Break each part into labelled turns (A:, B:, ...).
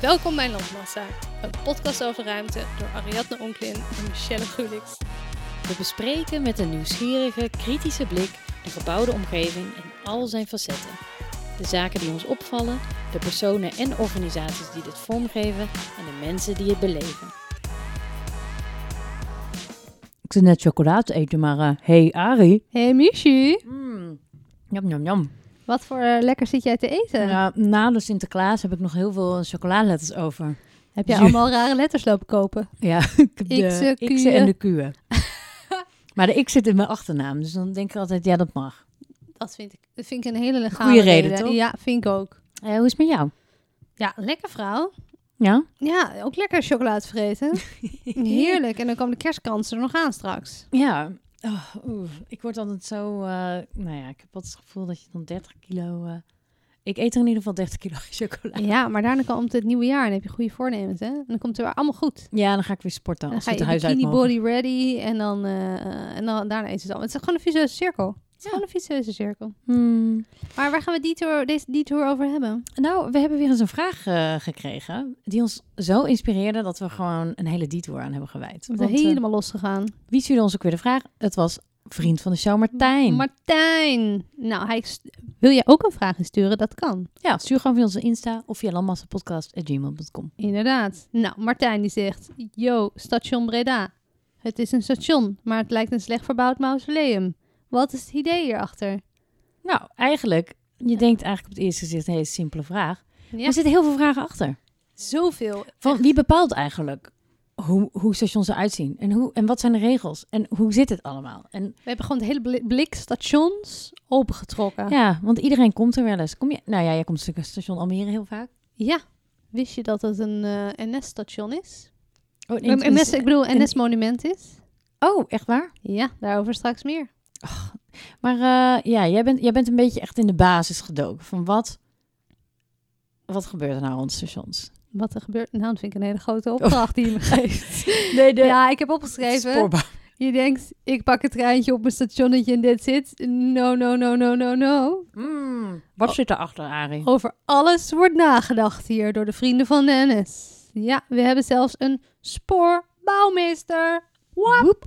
A: Welkom bij Landmassa, een podcast over ruimte door Ariadne Onklin en Michelle Gulix.
B: We bespreken met een nieuwsgierige, kritische blik de gebouwde omgeving in al zijn facetten. De zaken die ons opvallen, de personen en organisaties die dit vormgeven en de mensen die het beleven.
C: Ik zit net chocolaat te eten, maar eh, hey Ari.
D: Hé hey, Michi,
C: Mm. Jam, jam, jam.
D: wat voor eh, lekker zit jij te eten?
C: Nou, na de Sinterklaas heb ik nog heel veel chocoladeletters over.
D: Heb jij
C: Ja.
D: allemaal rare letters lopen kopen?
C: Ja, ik heb de
D: X'en,
C: X'en en de Q'en. maar de X zit in mijn achternaam, dus dan denk ik altijd, ja, dat mag.
D: Dat vind ik, dat vind ik een hele legale
C: Goeie reden, toch?
D: Ja, vind ik ook.
C: Eh, hoe is het met jou?
D: Ja, lekker vrouw.
C: Ja?
D: Ja, ook lekker chocolaat vreten. Heerlijk. En dan komen de kerstkransen er nog aan straks.
C: Ja. Oh, oeh. ik word altijd zo... eh, nou ja, ik heb altijd het gevoel dat je dan 30 kilo... eh, ik eet er in ieder geval 30 kilo chocola.
D: Ja, maar daarna komt het nieuwe jaar en heb je goede voornemens, hè? En dan komt het weer allemaal goed.
C: Ja, dan ga ik weer sporten
D: Dan
C: als
D: ga
C: we
D: je
C: het
D: in
C: huis uit
D: bikini
C: mogen.
D: body ready en dan, eh, en dan daarna is het al. Het is gewoon een vicieuze cirkel. Het is gewoon een vicieuze cirkel.
C: Hmm.
D: Maar waar gaan we detour, deze detour over hebben?
C: Nou, we hebben weer eens een vraag eh, gekregen die ons zo inspireerde dat we gewoon een hele detour aan hebben gewijd.
D: We
C: Want,
D: zijn
C: eh,
D: helemaal losgegaan.
C: wie stuurde ons ook weer de vraag? Het was vriend van de show Martijn.
D: Martijn. Nou, hij st- wil jij ook een vraag insturen? Dat kan.
C: ja, stuur gewoon via onze Insta of via landmassapodcast.gmail.com.
D: Inderdaad. Nou, Martijn die zegt: Yo, station Breda. Het is een station, maar het lijkt een slecht verbouwd mausoleum. Wat is het idee hierachter?
C: Nou, eigenlijk, je denkt eigenlijk op het eerste gezicht een hele simpele vraag. Maar
D: Ja,
C: er zitten heel veel vragen achter.
D: zoveel.
C: Van wie bepaalt eigenlijk hoe, hoe stations eruit zien? En, hoe, en wat zijn de regels? En hoe zit het allemaal? En
D: We hebben gewoon het hele bli- blik stations opengetrokken. Ja.
C: ja, want iedereen komt er wel eens. Kom je, nou ja, jij komt natuurlijk station Almere heel vaak.
D: Wist je dat het een eh, NS-station is?
C: Oh, en-
D: Een NS, ik bedoel, NS-monument is?
C: oh echt waar?
D: Ja, daarover straks meer.
C: Maar eh, ja, jij bent, jij bent een beetje echt in de basis gedoken. Van wat, wat gebeurt er nou rond stations?
D: Wat er gebeurt. Nou, dat vind ik een hele grote opdracht die je me geeft.
C: Nee, de
D: Ja, ik heb opgeschreven. Je denkt, ik pak het treintje op mijn stationnetje en dit zit. No, no, no, no, no, no.
C: wat zit erachter, Arie?
D: Over alles wordt nagedacht hier door de vrienden van de NS. Ja, we hebben zelfs een spoorbouwmeester. Wap,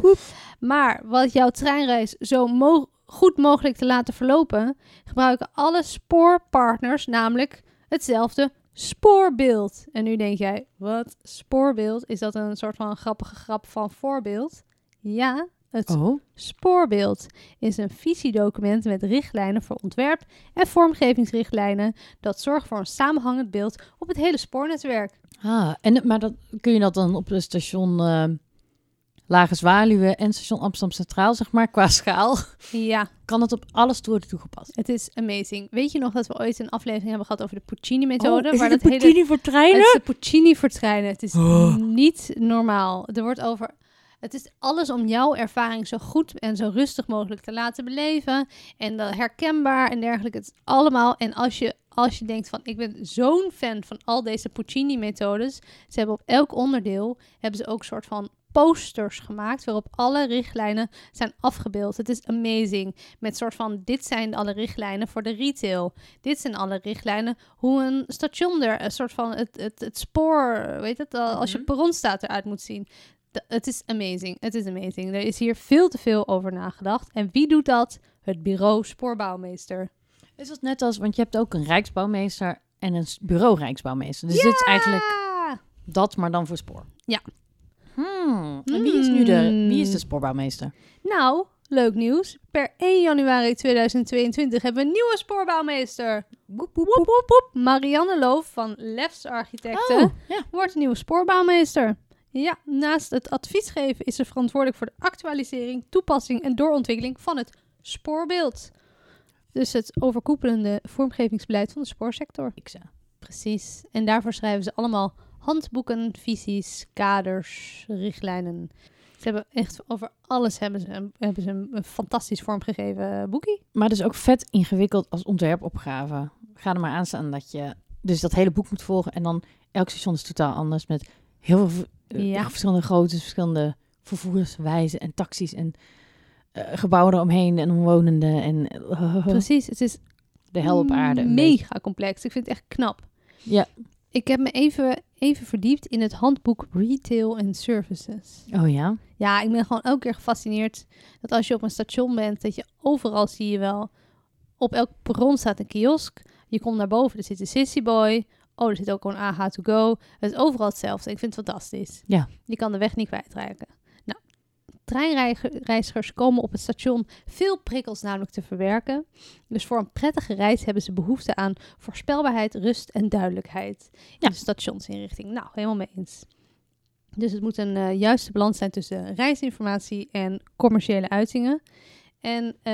D: wap. Maar wat jouw treinreis zo mo- goed mogelijk te laten verlopen, gebruiken alle spoorpartners namelijk hetzelfde spoorbeeld. En nu denk jij, wat spoorbeeld? Is dat een soort van grappige grap van voorbeeld? Ja, het
C: Oh,
D: Spoorbeeld is een visiedocument met richtlijnen voor ontwerp en vormgevingsrichtlijnen dat zorgt voor een samenhangend beeld op het hele spoornetwerk.
C: ah, en, maar dat, kun je dat dan op het station eh Lage Zwaluwe en station Amsterdam Centraal, zeg maar, qua schaal?
D: Ja,
C: Kan dat op alles worden toegepast?
D: het is amazing. Weet je nog dat we ooit een aflevering hebben gehad over de Puccini-methode?
C: Oh, is
D: waar
C: het
D: dat hele
C: voor treinen?
D: Het is de Puccini voor treinen. Het is
C: Oh.
D: niet normaal. Er wordt over. Het is alles om jouw ervaring zo goed en zo rustig mogelijk te laten beleven. En dan herkenbaar en dergelijke. Het is allemaal. En als je, als je denkt van ik ben zo'n fan van al deze Puccini methodes. Ze hebben op elk onderdeel hebben ze ook een soort van posters gemaakt waarop alle richtlijnen zijn afgebeeld. Het is amazing. Met soort van dit zijn alle richtlijnen voor de retail. Dit zijn alle richtlijnen hoe een station er een soort van het, het, het spoor, weet het, al, als je op perron staat eruit moet zien. De- Het is amazing. Het is amazing. Er is hier veel te veel over nagedacht. En wie doet dat? Het bureau spoorbouwmeester.
C: Is dat net als, want je hebt ook een Rijksbouwmeester en een s- bureau Rijksbouwmeester. Dus dit is eigenlijk
D: Ah,
C: Dat, maar dan voor spoor.
D: Ja.
C: Hmm, En wie is nu de, wie is de spoorbouwmeester?
D: nou, leuk nieuws. Per 1 januari 2022 hebben we een nieuwe spoorbouwmeester. Woep, Oh. woep, woep. Marianne Loof van Lefs Architecten.
C: Oh, ja.
D: wordt een nieuwe spoorbouwmeester. Ja, naast het advies geven is ze verantwoordelijk voor de actualisering, toepassing en doorontwikkeling van het spoorbeeld. Dus het overkoepelende vormgevingsbeleid van de spoorsector.
C: Ik zei.
D: Precies. En daarvoor schrijven ze allemaal handboeken, visies, kaders, richtlijnen. Ze hebben echt over alles hebben ze een, hebben ze een, een fantastisch vormgegeven boekie.
C: Maar dus ook vet ingewikkeld als ontwerpopgave. Ga er maar aan staan dat je dus dat hele boek moet volgen. En dan elk station is totaal anders met heel veel v- eh,
D: Ja.
C: verschillende groottes, verschillende vervoerswijzen en taxis en eh, gebouwen eromheen en omwonenden en eh,
D: Precies, het is
C: de hel op aarde. een
D: mega complex. Ik vind het echt knap.
C: Ja.
D: Ik heb me even, even verdiept in het handboek Retail and Services.
C: Oh ja?
D: Ja, ik ben gewoon elke keer gefascineerd dat als je op een station bent, dat je overal zie je wel. Op elk perron staat een kiosk. Je komt naar boven, er zit een Sissy Boy. Oh, er zit ook een AH to go. Het is overal hetzelfde. Ik vind het fantastisch.
C: Ja.
D: Je kan de weg niet kwijtraken. Nou, treinreizigers komen op het station veel prikkels namelijk te verwerken. Dus voor een prettige reis hebben ze behoefte aan voorspelbaarheid, rust en duidelijkheid. In
C: Ja.
D: de stationsinrichting. Nou, helemaal mee eens. Dus het moet een eh, juiste balans zijn tussen reisinformatie en commerciële uitingen. En eh,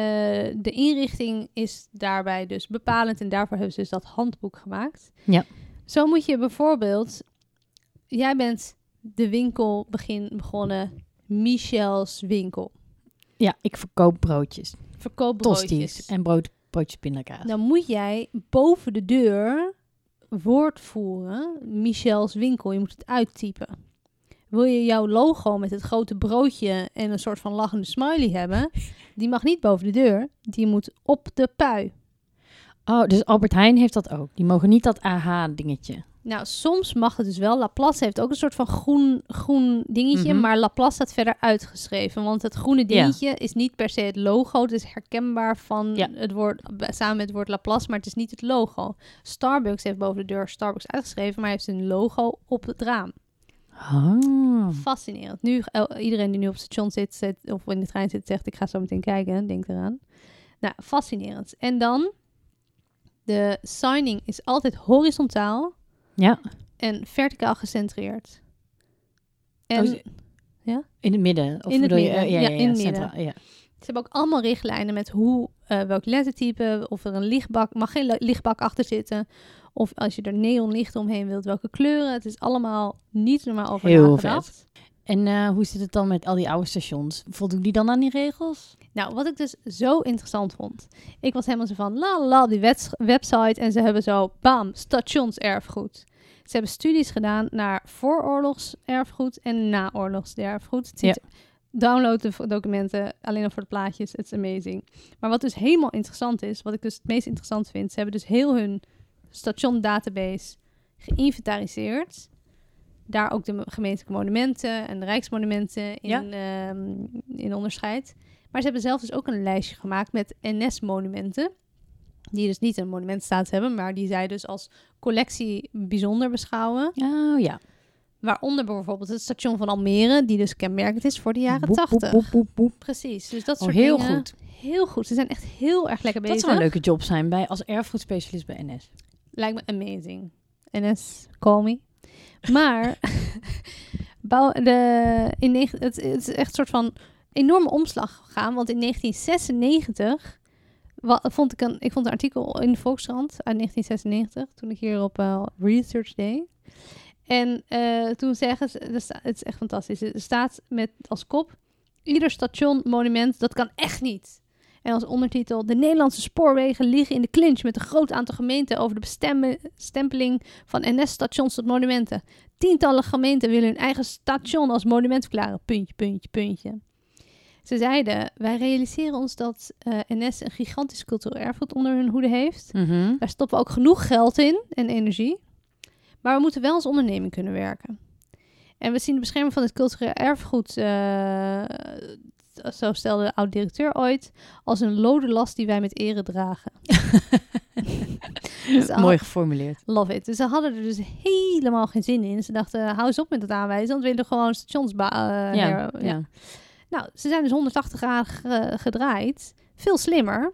D: de inrichting is daarbij dus bepalend en daarvoor hebben ze dus dat handboek gemaakt.
C: Ja.
D: Zo moet je bijvoorbeeld, jij bent de winkel begin begonnen, Michel's winkel.
C: Ja, ik verkoop broodjes.
D: Verkoop broodjes. Nou.
C: Tosties en brood, broodjes pindakaas.
D: Dan moet jij boven de deur woord voeren, Michel's winkel. Je moet het uittypen. Wil je jouw logo met het grote broodje en een soort van lachende smiley hebben? Die mag niet boven de deur. Die moet op de pui.
C: Oh, dus Albert Heijn heeft dat ook. Die mogen niet dat AH-dingetje.
D: Nou, soms mag het dus wel. Laplace heeft ook een soort van groen, groen dingetje.
C: Mhm.
D: Maar Laplace staat verder uitgeschreven. Want het groene dingetje is niet per se het logo. Het is herkenbaar van
C: Ja.
D: het woord, samen met het woord Laplace. Maar het is niet het logo. Starbucks heeft boven de deur Starbucks uitgeschreven. Maar heeft een logo op het raam.
C: Oh.
D: Fascinerend. Nu, el- iedereen die nu op het station zit, zit of in de trein zit, zegt ik ga zo meteen kijken. Denk eraan. Nou, fascinerend. En dan, de signing is altijd horizontaal
C: Ja,
D: en verticaal gecentreerd. En
C: Oh,
D: ze
C: ze- in het midden. Of
D: In het
C: bedoel je-
D: midden,
C: eh,
D: ja, in het
C: centraal, ja.
D: hebben ook allemaal richtlijnen met hoe, eh, welk lettertype, of er een lichtbak, mag geen le- lichtbak achter zitten. Of als je er neonlicht omheen wilt, welke kleuren. Het is allemaal niet normaal over
C: Heel
D: nagedacht.
C: En eh, hoe zit het dan met al die oude stations? Voldoen die dan aan die regels?
D: Nou, wat ik dus zo interessant vond. Ik was helemaal zo van la la, la die wets- website en ze hebben zo bam, stationserfgoed. Ze hebben studies gedaan naar vooroorlogserfgoed en naoorlogserfgoed. Het
C: Ja.
D: ziet- Download de v- documenten alleen al voor de plaatjes. It's amazing. Maar wat dus helemaal interessant is, wat ik dus het meest interessant vind, ze hebben dus heel hun station database geïnventariseerd. Daar ook de mo- gemeentelijke monumenten en de rijksmonumenten in,
C: Ja.
D: ehm, in onderscheid. Maar ze hebben zelf dus ook een lijstje gemaakt met NS-monumenten. Die dus niet een monumentstaat hebben, maar die zij dus als collectie bijzonder beschouwen.
C: Oh ja.
D: Waaronder bijvoorbeeld het station van Almere, die dus kenmerkend is voor de jaren
C: Boep, boep,
D: 80.
C: boep, boep, boep.
D: Precies, dus dat
C: Oh,
D: soort
C: heel
D: dingen.
C: goed.
D: Heel goed. Ze zijn echt heel erg lekker
C: Dat
D: bezig.
C: zou een leuke job zijn bij, als erfgoedspecialist bij NS.
D: Lijkt me amazing. NS, call me. Maar bouw de, in, negen- het, het is echt een soort van enorme omslag gegaan. Want in 1996 wa- vond ik, een, ik vond een artikel in de Volkskrant uit 1996. Toen ik hier op eh, Research Day. En eh, toen zeggen ze, er sta- het is echt fantastisch. Er staat met als kop, ieder station, monument, dat kan echt niet. En als ondertitel: De Nederlandse spoorwegen liggen in de clinch met een groot aantal gemeenten over de bestempeling van NS-stations tot monumenten. Tientallen gemeenten willen hun eigen station als monument verklaren. Puntje, puntje, puntje. Ze zeiden: Wij realiseren ons dat eh, NS een gigantisch cultureel erfgoed onder hun hoede heeft.
C: Mhm.
D: Daar stoppen we ook genoeg geld in en energie. Maar we moeten wel als onderneming kunnen werken. En we zien de bescherming van het cultureel erfgoed, eh, zo stelde de oud-directeur ooit, als een lode last die wij met ere dragen. Dus al-
C: Mooi geformuleerd.
D: Love it. Dus ze hadden er dus helemaal geen zin in. Ze dachten, hou eens op met het aanwijzen, want we willen gewoon stations... ba- eh,
C: ja,
D: her-
C: ja.
D: nou, ze zijn dus 180 graden ge- gedraaid. Veel slimmer.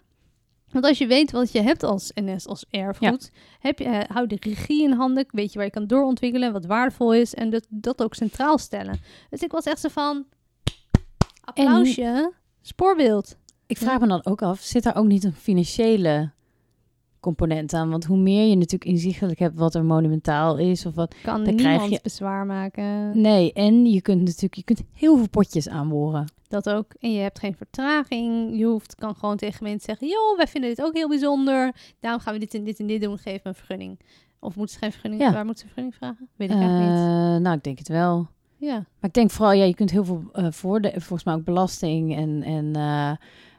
D: Want als je weet wat je hebt als NS, als erfgoed, heb je, eh, hou de regie in handen, weet je waar je kan doorontwikkelen, wat waardevol is en dat, dat ook centraal stellen. Dus ik was echt zo van, applausje, spoorbeeld.
C: Ik vraag me dan ook af, zit daar ook niet een financiële component aan? Want hoe meer je natuurlijk inzichtelijk hebt wat er monumentaal is of wat...
D: Kan
C: Dan krijg
D: niemand
C: je-
D: bezwaar maken.
C: Nee, en je kunt natuurlijk je kunt heel veel potjes aanboren.
D: Dat ook. En je hebt geen vertraging. Je hoeft, kan gewoon tegen mensen zeggen: joh, wij vinden dit ook heel bijzonder. Daarom gaan we dit en dit en dit doen. Geef me een vergunning. Of moeten ze geen vergunning?
C: Ja.
D: Waar moeten ze vergunning vragen? Weet ik eigenlijk niet.
C: Eh, nou, ik denk het wel.
D: Ja.
C: Maar ik denk vooral, ja, je kunt heel veel eh voorde- volgens mij ook belasting en, en eh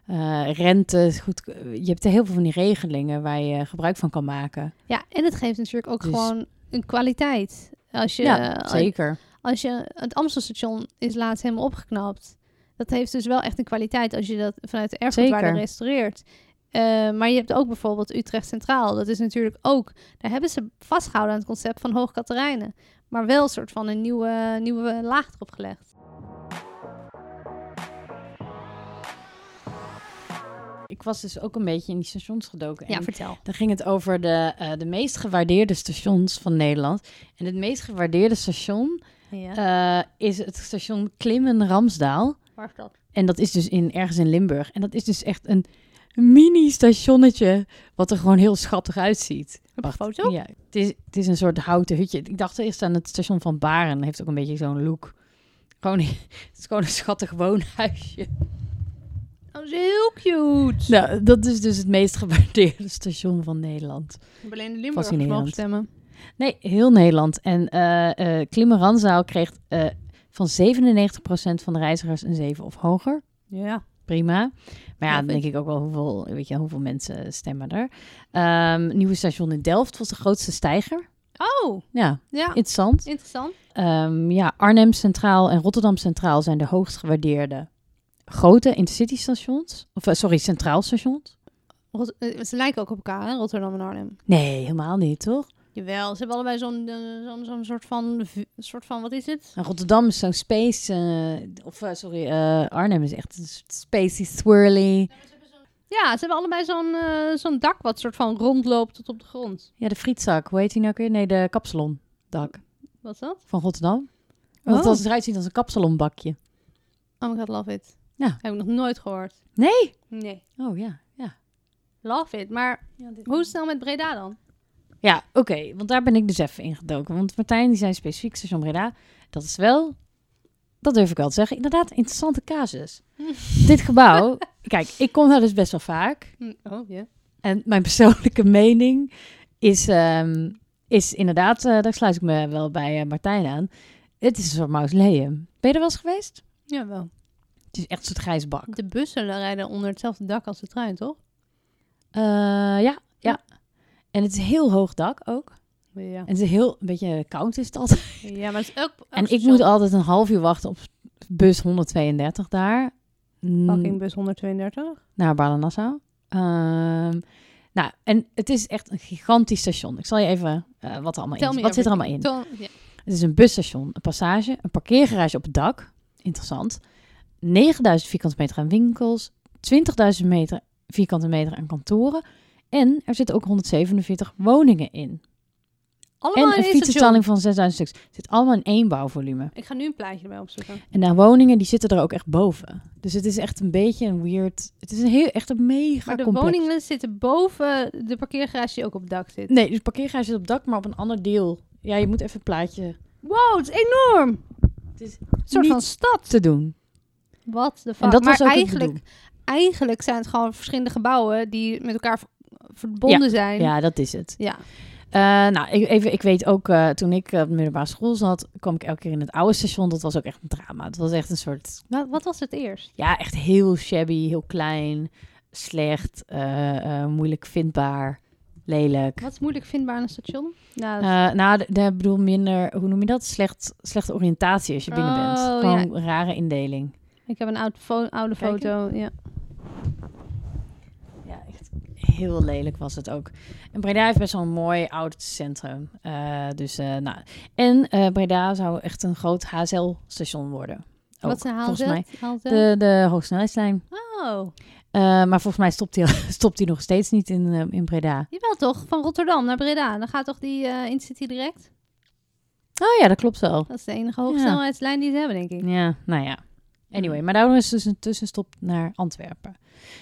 C: eh, rente. Goed, eh, je hebt er heel veel van die regelingen waar je gebruik van kan maken.
D: ja, en het geeft natuurlijk ook
C: Dus-
D: gewoon een kwaliteit. Als je,
C: ja,
D: eh,
C: zeker.
D: als je het Amstelstation is laatst helemaal opgeknapt. Dat heeft dus wel echt een kwaliteit als je dat vanuit de erfgoedwaarde
C: Zeker.
D: restaureert. Eh, maar je hebt ook bijvoorbeeld Utrecht Centraal. Dat is natuurlijk ook... Daar hebben ze vastgehouden aan het concept van Hoogkaterijnen. Maar wel een soort van een nieuwe, nieuwe laag erop gelegd.
C: Ik was dus ook een beetje in die stations gedoken.
D: Ja,
C: en
D: vertel.
C: Dan ging het over de, eh, de meest gewaardeerde stations van Nederland. En het meest gewaardeerde station
D: Ja.
C: eh, is het station Klimmen-Ramsdaal.
D: Waar is dat?
C: En dat is dus in, ergens in Limburg. En dat is dus echt een mini-stationnetje, wat er gewoon heel schattig uitziet.
D: Heb je een foto?
C: Ja, het is, het is een soort houten hutje. Ik dacht eerst aan het station van Baren. Heeft ook een beetje zo'n look. Gewoon, het is gewoon een schattig woonhuisje.
D: Oh, dat is heel cute.
C: Nou, dat is dus het meest gewaardeerde station van Nederland.
D: Ik heb alleen de Limburgers
C: Fascinerend.
D: mogen stemmen.
C: Nee, heel Nederland. En eh eh Klimmeranzaal kreeg eh, van 97% van de reizigers een 7 of hoger.
D: Ja.
C: Prima. Maar ja,
D: Ja,
C: dan
D: vind-
C: denk ik ook wel hoeveel, weet je, hoeveel mensen stemmen er. Ehm Nieuwe station in Delft was de grootste stijger.
D: Oh,
C: Ja,
D: ja.
C: interessant.
D: Interessant.
C: Ehm, ja, Arnhem Centraal en Rotterdam Centraal zijn de hoogst gewaardeerde grote intercity stations. Of eh, sorry, centraal stations.
D: Rot- eh, ze lijken ook op elkaar, hè? Rotterdam en Arnhem.
C: Nee, helemaal niet, toch?
D: Jawel, ze hebben allebei zo'n eh, zo'n zo'n soort, van, v- soort van, wat is het?
C: Nou, Rotterdam is zo'n space, eh, of eh, sorry, eh, Arnhem is echt een soort spacey, swirly.
D: Ja, ze hebben allebei zo'n eh, zo'n dak wat soort van rondloopt tot op de grond.
C: Ja, de frietzak, hoe heet die nou ook weer? Nee, de kapsalondak
D: Wat is dat?
C: van Rotterdam. Want
D: Oh.
C: als het eruit ziet als een kapsalonbakje.
D: Oh my god, love it.
C: Ja.
D: Heb ik nog nooit gehoord.
C: Nee?
D: Nee.
C: Oh ja, ja.
D: Love it. Maar hoe snel met Breda dan?
C: Ja, oké, want daar ben ik dus even in gedoken. Want Martijn, die zei specifiek station Breda, dat is wel, dat durf ik wel te zeggen, inderdaad interessante casus. Dit gebouw, kijk, ik kom daar dus best wel vaak.
D: Oh, ja.
C: En mijn persoonlijke mening is, ehm, is inderdaad, eh, daar sluit ik me wel bij eh, Martijn aan. Het is een soort mausoleum. Ben je er wel eens geweest?
D: Jawel.
C: Het is echt een soort grijs bak.
D: De bussen rijden onder hetzelfde dak als de trein, toch?
C: Eh, ja, ja. En het is een heel hoog dak ook.
D: Ja.
C: En het is heel, een beetje koud is het altijd.
D: Ja, maar het is ook...
C: En ik moet altijd een half uur wachten op bus 132 daar. Mm,
D: Fucking bus 132.
C: naar Balen-Nassau. Ehm, nou, en het is echt een gigantisch station. Ik zal je even eh, wat er allemaal
D: Tel
C: in
D: me
C: zit. Wat zit er allemaal in?
D: Ton- ja.
C: Het is een busstation, een passage, een parkeergarage op het dak. Interessant. 9000 vierkante meter aan winkels. 20.000 meter, vierkante meter aan kantoren. En er zitten ook 147 woningen in.
D: Allemaal
C: en
D: in
C: een
D: één
C: fietsenstalling van 6000 stuks. Het zit allemaal in één bouwvolume.
D: station. Ik ga nu een plaatje erbij opzoeken.
C: En de woningen die zitten er ook echt boven. Dus het is echt een beetje een weird... Het is een heel, echt een mega
D: Maar de
C: complex.
D: woningen zitten boven de parkeergarage die ook op het dak zit.
C: Nee, dus parkeergarage zit op het dak, maar op een ander deel. Ja, je moet even het plaatje...
D: Wow, het is enorm!
C: Het is
D: Een soort van stad.
C: te doen.
D: Wat de fuck.
C: En dat
D: maar
C: was ook
D: eigenlijk,
C: het
D: eigenlijk zijn het gewoon verschillende gebouwen die met elkaar v- verbonden zijn.
C: bedoel. Ja, dat is het.
D: ja.
C: Eh, nou, ik, even, ik weet ook, eh, toen ik eh, op de middelbare school zat, kwam ik elke keer in het oude station. Dat was ook echt een drama. Het was echt een soort,
D: Wat, wat was het eerst?
C: ja, echt heel shabby, heel klein, slecht, eh, eh, moeilijk vindbaar, lelijk.
D: Wat is moeilijk vindbaar aan een station? Nou, dat-
C: Eh, nou, de- de- ik bedoel minder, hoe noem je dat? Slecht, slechte oriëntatie als je binnen bent.
D: Oh,
C: Gewoon een rare indeling.
D: ik heb een oud fo- oude
C: Kijken.
D: foto. Ja.
C: Ja, echt heel lelijk was het ook. En Breda heeft best wel een mooi oud centrum. Eh, dus, eh, nou. En eh, Breda zou echt een groot HSL-station worden. Ook,
D: wat ze
C: Oh, volgens
D: haalde?
C: mij. De, de hoogsnelheidslijn.
D: Oh,
C: Eh, maar volgens mij stopt die, stopt die nog steeds niet in, eh, in Breda.
D: jawel toch? Van Rotterdam naar Breda. Dan gaat toch die eh Intercity direct?
C: Oh ja, dat klopt wel.
D: Dat is de enige hoogsnelheidslijn die ze hebben, denk ik.
C: Ja, nou ja. Anyway, maar daarom is dus een tussenstop naar Antwerpen.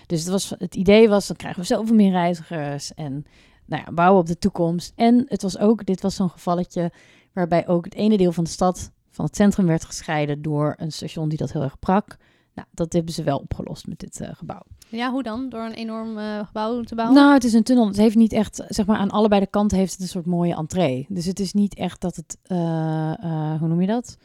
C: Dus het, was, het idee was, dan krijgen we zoveel meer reizigers en nou ja, bouwen op de toekomst. En het was ook, dit was zo'n gevalletje waarbij ook het ene deel van de stad van het centrum werd gescheiden door een station die dat heel erg brak. Nou, dat hebben ze wel opgelost met dit eh, gebouw.
D: Ja, hoe dan? Door een enorm eh, gebouw te bouwen?
C: Nou, het is een tunnel. Het heeft niet echt, zeg maar, aan allebei de kanten heeft het een soort mooie entree. Dus het is niet echt dat het, eh, eh, hoe noem je dat?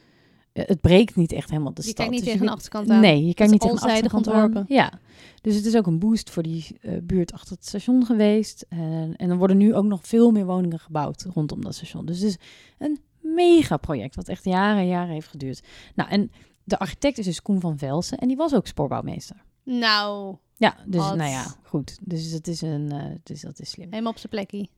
C: het breekt niet echt helemaal de
D: Je
C: stad.
D: kijkt niet
C: Dus
D: tegen de
C: je-
D: achterkant aan.
C: Nee, je kijkt niet
D: is
C: tegen de
D: allzijdig
C: achterkant aan.
D: ontworpen.
C: Ja, dus het is ook een boost voor die eh, buurt achter het station geweest. En- en er worden nu ook nog veel meer woningen gebouwd rondom dat station. Dus het is een mega project wat echt jaren en jaren heeft geduurd. Nou, en de architect is dus Koen van Velsen en die was ook spoorbouwmeester.
D: Nou,
C: Ja, dus
D: Wat?
C: nou ja, goed. Dus het is een, eh, dus dat is slim.
D: helemaal op zijn plekje.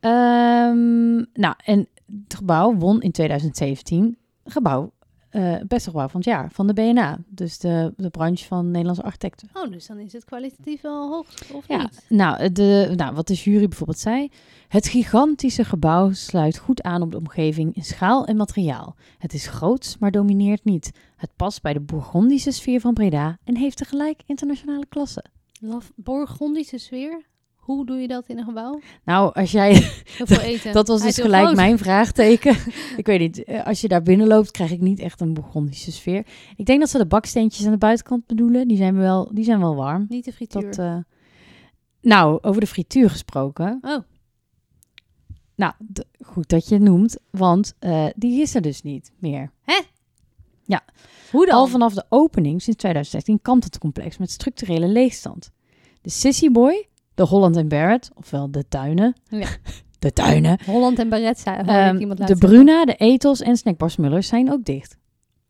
C: Ehm, nou, en het gebouw won in 2017 gebouw, eh, het beste gebouw van het jaar van de BNA. Dus de, de branche van Nederlandse architecten.
D: Oh, dus dan is het kwalitatief wel hoog, of
C: Ja,
D: niet?
C: nou, de, nou, wat de jury bijvoorbeeld zei. Het gigantische gebouw sluit goed aan op de omgeving in schaal en materiaal. Het is groots, maar domineert niet. Het past bij de bourgondische sfeer van Breda en heeft tegelijk internationale klasse.
D: Laf, Bourgondische sfeer. Hoe doe je dat in een gebouw?
C: Nou, als jij
D: Heel veel eten.
C: Dat was
D: Hij
C: dus
D: is heel
C: gelijk
D: groot.
C: mijn vraagteken. ik weet niet, eh, als je daar binnen loopt, krijg ik niet echt een Bourgondische sfeer. Ik denk dat ze de baksteentjes aan de buitenkant bedoelen. Die zijn wel, die zijn wel warm.
D: Niet de frituur.
C: Dat, eh, nou, over de frituur gesproken.
D: Oh.
C: Nou, d- goed dat je het noemt, want eh, die is er dus niet meer.
D: Hoe dan?
C: Al vanaf de opening sinds 2016 kampt het complex met structurele leegstand. De Sissy Boy, de Holland en Barrett, ofwel de tuinen.
D: Ja.
C: De tuinen.
D: Holland en Barret zei hoorde ik
C: Ehm,
D: iemand
C: de
D: laatst zeggen.
C: Bruna, de Ethos en Snackbar Smullers zijn ook dicht.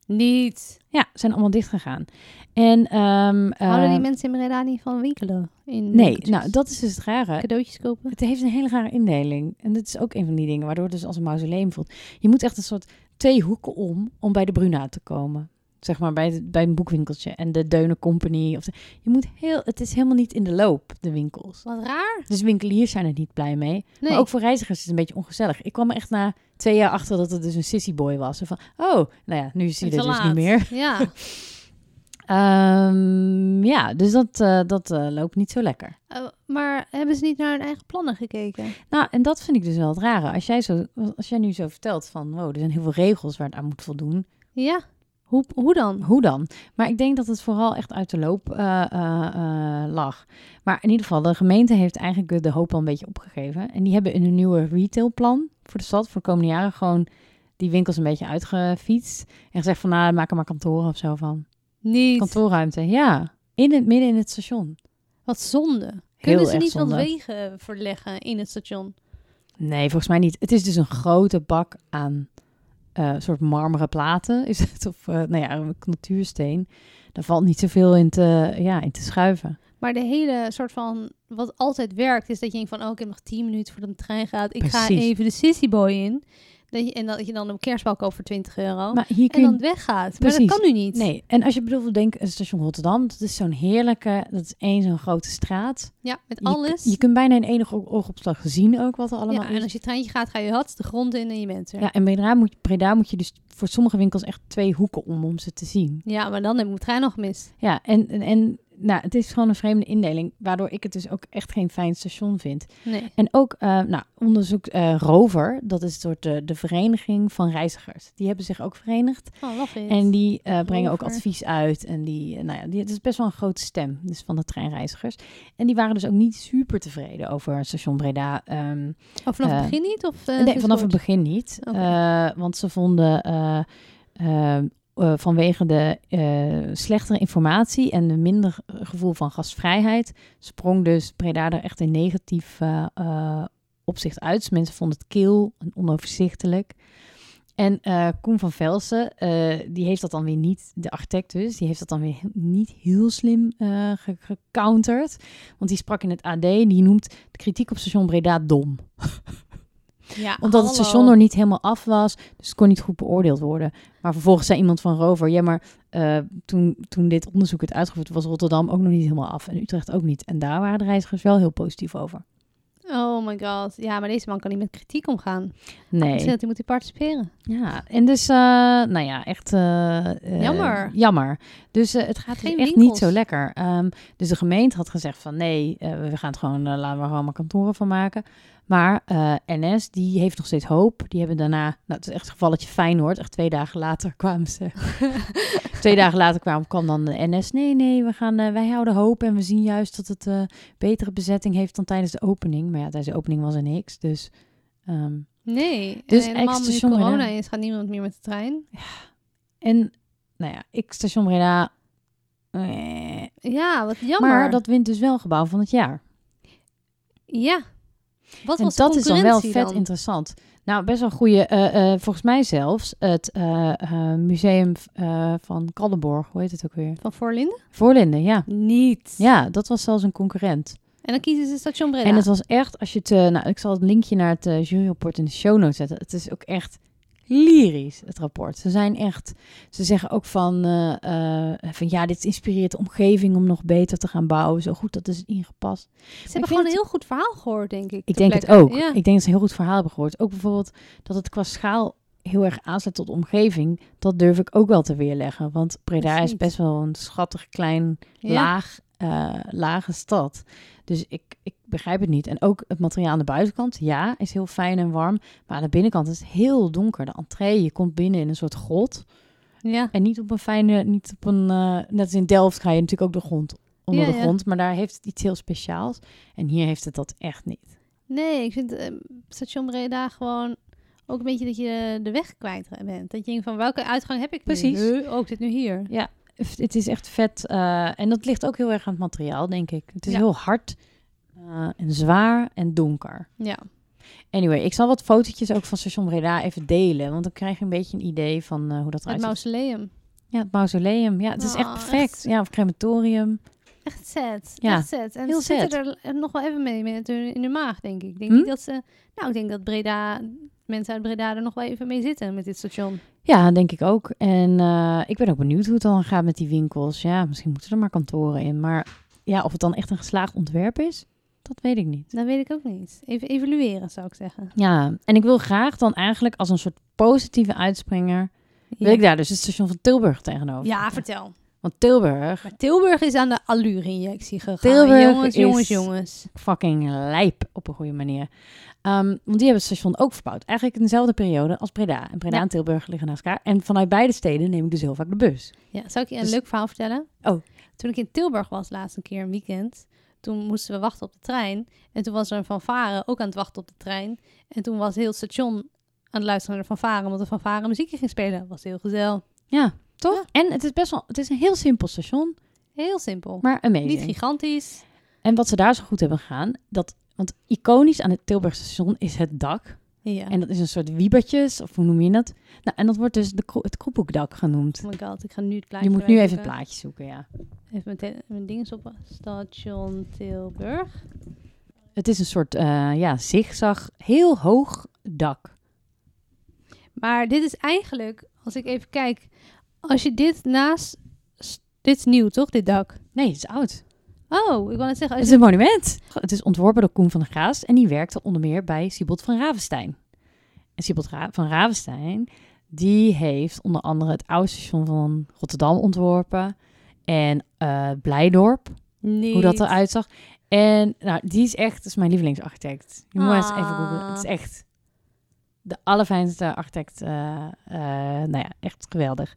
D: Niet.
C: Ja, zijn allemaal dicht gegaan. En, ehm,
D: Houden die
C: ehm,
D: mensen in Breda niet van winkelen? In
C: Nee,
D: winkeltjes?
C: nou, dat is dus het rare.
D: Cadeautjes kopen?
C: Het heeft een hele rare indeling. En dat is ook een van die dingen waardoor het dus als een mausoleum voelt. Je moet echt een soort twee hoeken om om bij de Bruna te komen. Zeg maar bij, het- bij een boekwinkeltje en de Deunen Company. Of de- je moet heel, het is helemaal niet in de loop, de winkels.
D: Wat raar.
C: Dus winkeliers zijn er niet blij mee.
D: Nee.
C: Maar ook voor reizigers is het een beetje ongezellig. Ik kwam er echt na twee jaar achter dat het dus een sissyboy was. En van, oh, nou ja, nu zie je
D: Te
C: dit dus
D: laat.
C: niet meer.
D: Ja.
C: Ehm, ja, dus dat, eh, dat eh, loopt niet zo lekker.
D: Eh, maar hebben ze niet naar hun eigen plannen gekeken?
C: Nou, en dat vind ik dus wel het rare. Als jij, zo, als jij nu zo vertelt van, wow, er zijn heel veel regels waar het aan moet voldoen.
D: Ja. Hoe, hoe dan?
C: Hoe dan? Maar ik denk dat het vooral echt uit de loop eh, eh, eh, lag. Maar in ieder geval, de gemeente heeft eigenlijk de hoop al een beetje opgegeven. En die hebben in hun nieuwe retailplan voor de stad voor de komende jaren gewoon die winkels een beetje uitgefietst. En gezegd van, nou, maak er maar kantoren of zo van.
D: Niet.
C: Kantoorruimte, ja. In het, midden in het station.
D: Wat zonde. Kunnen ze
C: erg
D: niet wat
C: zonde.
D: wegen verleggen in het station?
C: Nee, volgens mij niet. Het is dus een grote bak aan eh, soort marmeren platen. Is het? Of eh, nou ja, een natuursteen. Daar valt niet zoveel in te, ja, in te schuiven.
D: Maar de hele soort van, wat altijd werkt, is dat je denkt van, oh, ik heb nog 10 minuten voordat de trein gaat. Ik ga
C: Precies.
D: even de Sissy Boy in. Dat je, en dat je dan een kerstbal koopt voor 20 euro.
C: Maar hier kun
D: en dan
C: je...
D: weggaat. Maar
C: Precies.
D: dat kan nu niet.
C: Nee, en als je bedoelt, denk een station Rotterdam. Dat is zo'n heerlijke, dat is één zo'n grote straat.
D: Ja, met
C: Je-
D: alles.
C: Je, kunt bijna in één oog- oogopslag zien ook wat er allemaal
D: ja,
C: is.
D: en als je treintje gaat, ga je hard de grond in en je bent er.
C: Ja, en Breda moet, Breda moet je dus voor sommige winkels echt twee hoeken om om ze te zien.
D: Ja, maar dan heb ik mijn trein nog gemist.
C: Ja, en, en, en nou, het is gewoon een vreemde indeling, waardoor ik het dus ook echt geen fijn station vind.
D: Nee.
C: En ook eh, nou, onderzoek eh, Rover, dat is een soort eh, de, de vereniging van reizigers. Die hebben zich ook verenigd
D: Oh, love it.
C: en die eh, brengen ook
D: Rover.
C: advies uit. En die, eh, nou ja, die, het is best wel een grote stem dus van de treinreizigers. En die waren dus ook niet super tevreden over station Breda. ehm,
D: Oh, vanaf
C: eh,
D: het begin niet? Of, eh,
C: nee,
D: sinds
C: vanaf het
D: kort?
C: begin niet.
D: Oké.
C: Eh, want ze vonden eh, eh, eh, vanwege de eh, slechtere informatie en de minder gevoel van gastvrijheid, sprong dus Breda er echt in negatief eh, eh, opzicht uit. Dus mensen vonden het kil en onoverzichtelijk. En eh, Koen van Velsen, eh, die heeft dat dan weer niet, de architect dus, die heeft dat dan weer he- niet heel slim eh, ge- gecounterd. Want die sprak in het AD en die noemt de kritiek op station Breda dom
D: Ja,
C: omdat het
D: hallo.
C: station nog niet helemaal af was. Dus het kon niet goed beoordeeld worden. Maar vervolgens zei iemand van Rover... ja, maar eh, toen, toen dit onderzoek werd uitgevoerd... was Rotterdam ook nog niet helemaal af. En Utrecht ook niet. En daar waren de reizigers wel heel positief over.
D: Oh my god. Ja, maar deze man kan niet met kritiek omgaan. Misschien
C: Nee.
D: dat hij moet participeren.
C: Ja, en dus... eh, nou ja, echt... eh, eh,
D: Jammer.
C: Jammer. Dus eh, het gaat dus
D: Geen
C: echt niet
D: winkels.
C: zo lekker. Ehm, dus de gemeente had gezegd van... nee, eh, we gaan het gewoon... eh, laten we gewoon maar kantoren van maken. Maar eh, NS, die heeft nog steeds hoop. Die hebben daarna... Nou, het is echt een gevalletje Feyenoord. Echt twee dagen later kwamen ze... Twee dagen later kwam, kwam dan de NS. Nee, nee, we gaan, eh, wij houden hoop. En we zien juist dat het eh, betere bezetting heeft dan tijdens de opening. Maar ja, tijdens de opening was er niks. Dus ehm,
D: Nee.
C: Dus
D: en helemaal nu
C: ex-station,
D: corona
C: hè?
D: is, gaat niemand meer met de trein.
C: En nou ja, ik station Breda. eh,
D: Ja, wat jammer.
C: maar dat wint dus wel gebouw van het jaar.
D: Ja. Wat
C: en
D: was
C: dat
D: de
C: is dan wel
D: concurrentie
C: vet
D: dan?
C: interessant. Nou, best wel goede. eh, eh, volgens mij zelfs het eh, eh, museum eh, van Kaldenborg. Hoe heet het ook weer?
D: Van Voorlinden?
C: Voorlinden, ja.
D: Niet.
C: Ja, dat was zelfs een concurrent.
D: En dan kiezen ze station Breda.
C: En het was echt, als je het... eh, nou, ik zal het linkje naar het eh, juryrapport in de show notes zetten. Het is ook echt lyrisch, het rapport. Ze zijn echt... Ze zeggen ook van, eh, eh, van... Ja, dit inspireert de omgeving om nog beter te gaan bouwen. Zo goed, dat is ingepast.
D: ze
C: vind
D: hebben gewoon
C: het-
D: een heel goed verhaal gehoord, denk ik.
C: Ik
D: ter
C: denk het
D: plekke.
C: ook.
D: Ja.
C: Ik denk dat ze een heel goed verhaal hebben gehoord. Ook bijvoorbeeld dat het qua schaal heel erg aanzet tot de omgeving. Dat durf ik ook wel te weerleggen. Want Breda is
D: Precies.
C: best wel een schattig klein
D: Ja.
C: laag, eh, lage stad. Dus ik, ik begrijp het niet. En ook het materiaal aan de buitenkant, ja, is heel fijn en warm. Maar aan de binnenkant is het heel donker. De entree, je komt binnen in een soort grot.
D: ja.
C: En niet op een fijne, niet op een... eh, net als in Delft ga je natuurlijk ook de grond onder
D: Ja,
C: de
D: ja.
C: grond. Maar daar heeft het iets heel speciaals. En hier heeft het dat echt niet.
D: Nee, ik vind eh, station Breda gewoon ook een beetje dat je de weg kwijt bent. Dat je denkt van welke uitgang heb ik nu?
C: Precies.
D: Huh? Oh, ik zit nu hier.
C: F- Het is echt vet. eh, en dat ligt ook heel erg aan het materiaal, denk ik. Het is
D: Ja.
C: heel hard eh, en zwaar en donker.
D: Ja.
C: Anyway, ik zal wat fotootjes ook van station Breda even delen. Want dan krijg je een beetje een idee van eh, hoe
D: Het
C: dat eruit ziet.
D: mausoleum.
C: Ja, het mausoleum. Ja, het is echt
D: Oh,
C: perfect.
D: echt.
C: Ja, of crematorium.
D: Echt zet.
C: Ja,
D: Echt zet. En
C: heel
D: ze zitten er nog wel even mee met hun, in hun maag, denk ik. Ik Denk
C: Hm?
D: niet dat ze... Nou, ik denk dat Breda, mensen uit Breda er nog wel even mee zitten met dit station.
C: Ja, denk ik ook. En eh, ik ben ook benieuwd hoe het dan gaat met die winkels. Ja, misschien moeten er maar kantoren in. Maar ja, of het dan echt een geslaagd ontwerp is, dat weet ik niet.
D: Dat weet ik ook niet. Even evalueren, zou ik zeggen.
C: Ja, en ik wil graag dan eigenlijk als een soort positieve uitspringer... wil ik daar dus het station van Tilburg tegenover.
D: Ja,
C: zetten.
D: vertel.
C: Want Tilburg,
D: Maar Tilburg is aan de allure-injectie gegaan.
C: Tilburg
D: jongens,
C: is-
D: jongens, jongens.
C: fucking lijp op een goede manier. Ehm, want die hebben het station ook verbouwd. Eigenlijk in dezelfde periode als Breda. En Breda
D: Ja.
C: en Tilburg liggen naast elkaar. En vanuit beide steden neem ik dus heel vaak de bus.
D: Ja, zou ik je een
C: Dus-
D: leuk verhaal vertellen?
C: Oh.
D: Toen ik in Tilburg was, laatst een keer een weekend, toen moesten we wachten op de trein. En toen was er een fanfare ook aan het wachten op de trein. En toen was heel het station aan het luisteren naar de fanfare, omdat de fanfare muziekje ging spelen. Was heel gezellig.
C: Ja, toch? En het is best wel, het is een heel simpel station,
D: Heel simpel.
C: maar amazing.
D: Niet gigantisch.
C: en wat ze daar zo goed hebben gedaan, dat, want iconisch aan het Tilburg station is het dak.
D: Ja.
C: En dat is een soort wiebertjes, of hoe noem je dat? Nou, en dat wordt dus de, kro- het kroephoekdak genoemd.
D: Oh my god, ik ga nu het plaatje
C: Je moet nu
D: erbij
C: even het
D: zoeken.
C: plaatje zoeken, ja.
D: Even mijn, tele- mijn ding eens op. Station Tilburg.
C: Het is een soort, eh, ja, zigzag, heel hoog dak.
D: Maar dit is eigenlijk, als ik even kijk, als je dit naast... s- Dit is nieuw, toch? Dit dak.
C: Nee, het is oud.
D: Oh, ik wou net zeggen,
C: Het
D: als
C: is een monument. Het is ontworpen door Koen van der Graas en die werkte onder meer bij Siebold van Ravenstein. En Siebold Ra- van Ravenstein, die heeft onder andere het oude station van Rotterdam ontworpen en eh, Blijdorp,
D: je- Niet.
C: hoe dat eruit zag. En nou, die is echt, dat is mijn lievelingsarchitect. Je moet maar eens even
D: Ah.
C: googlen. Het is echt de allerfijnste architect. eh, eh, nou ja, echt geweldig.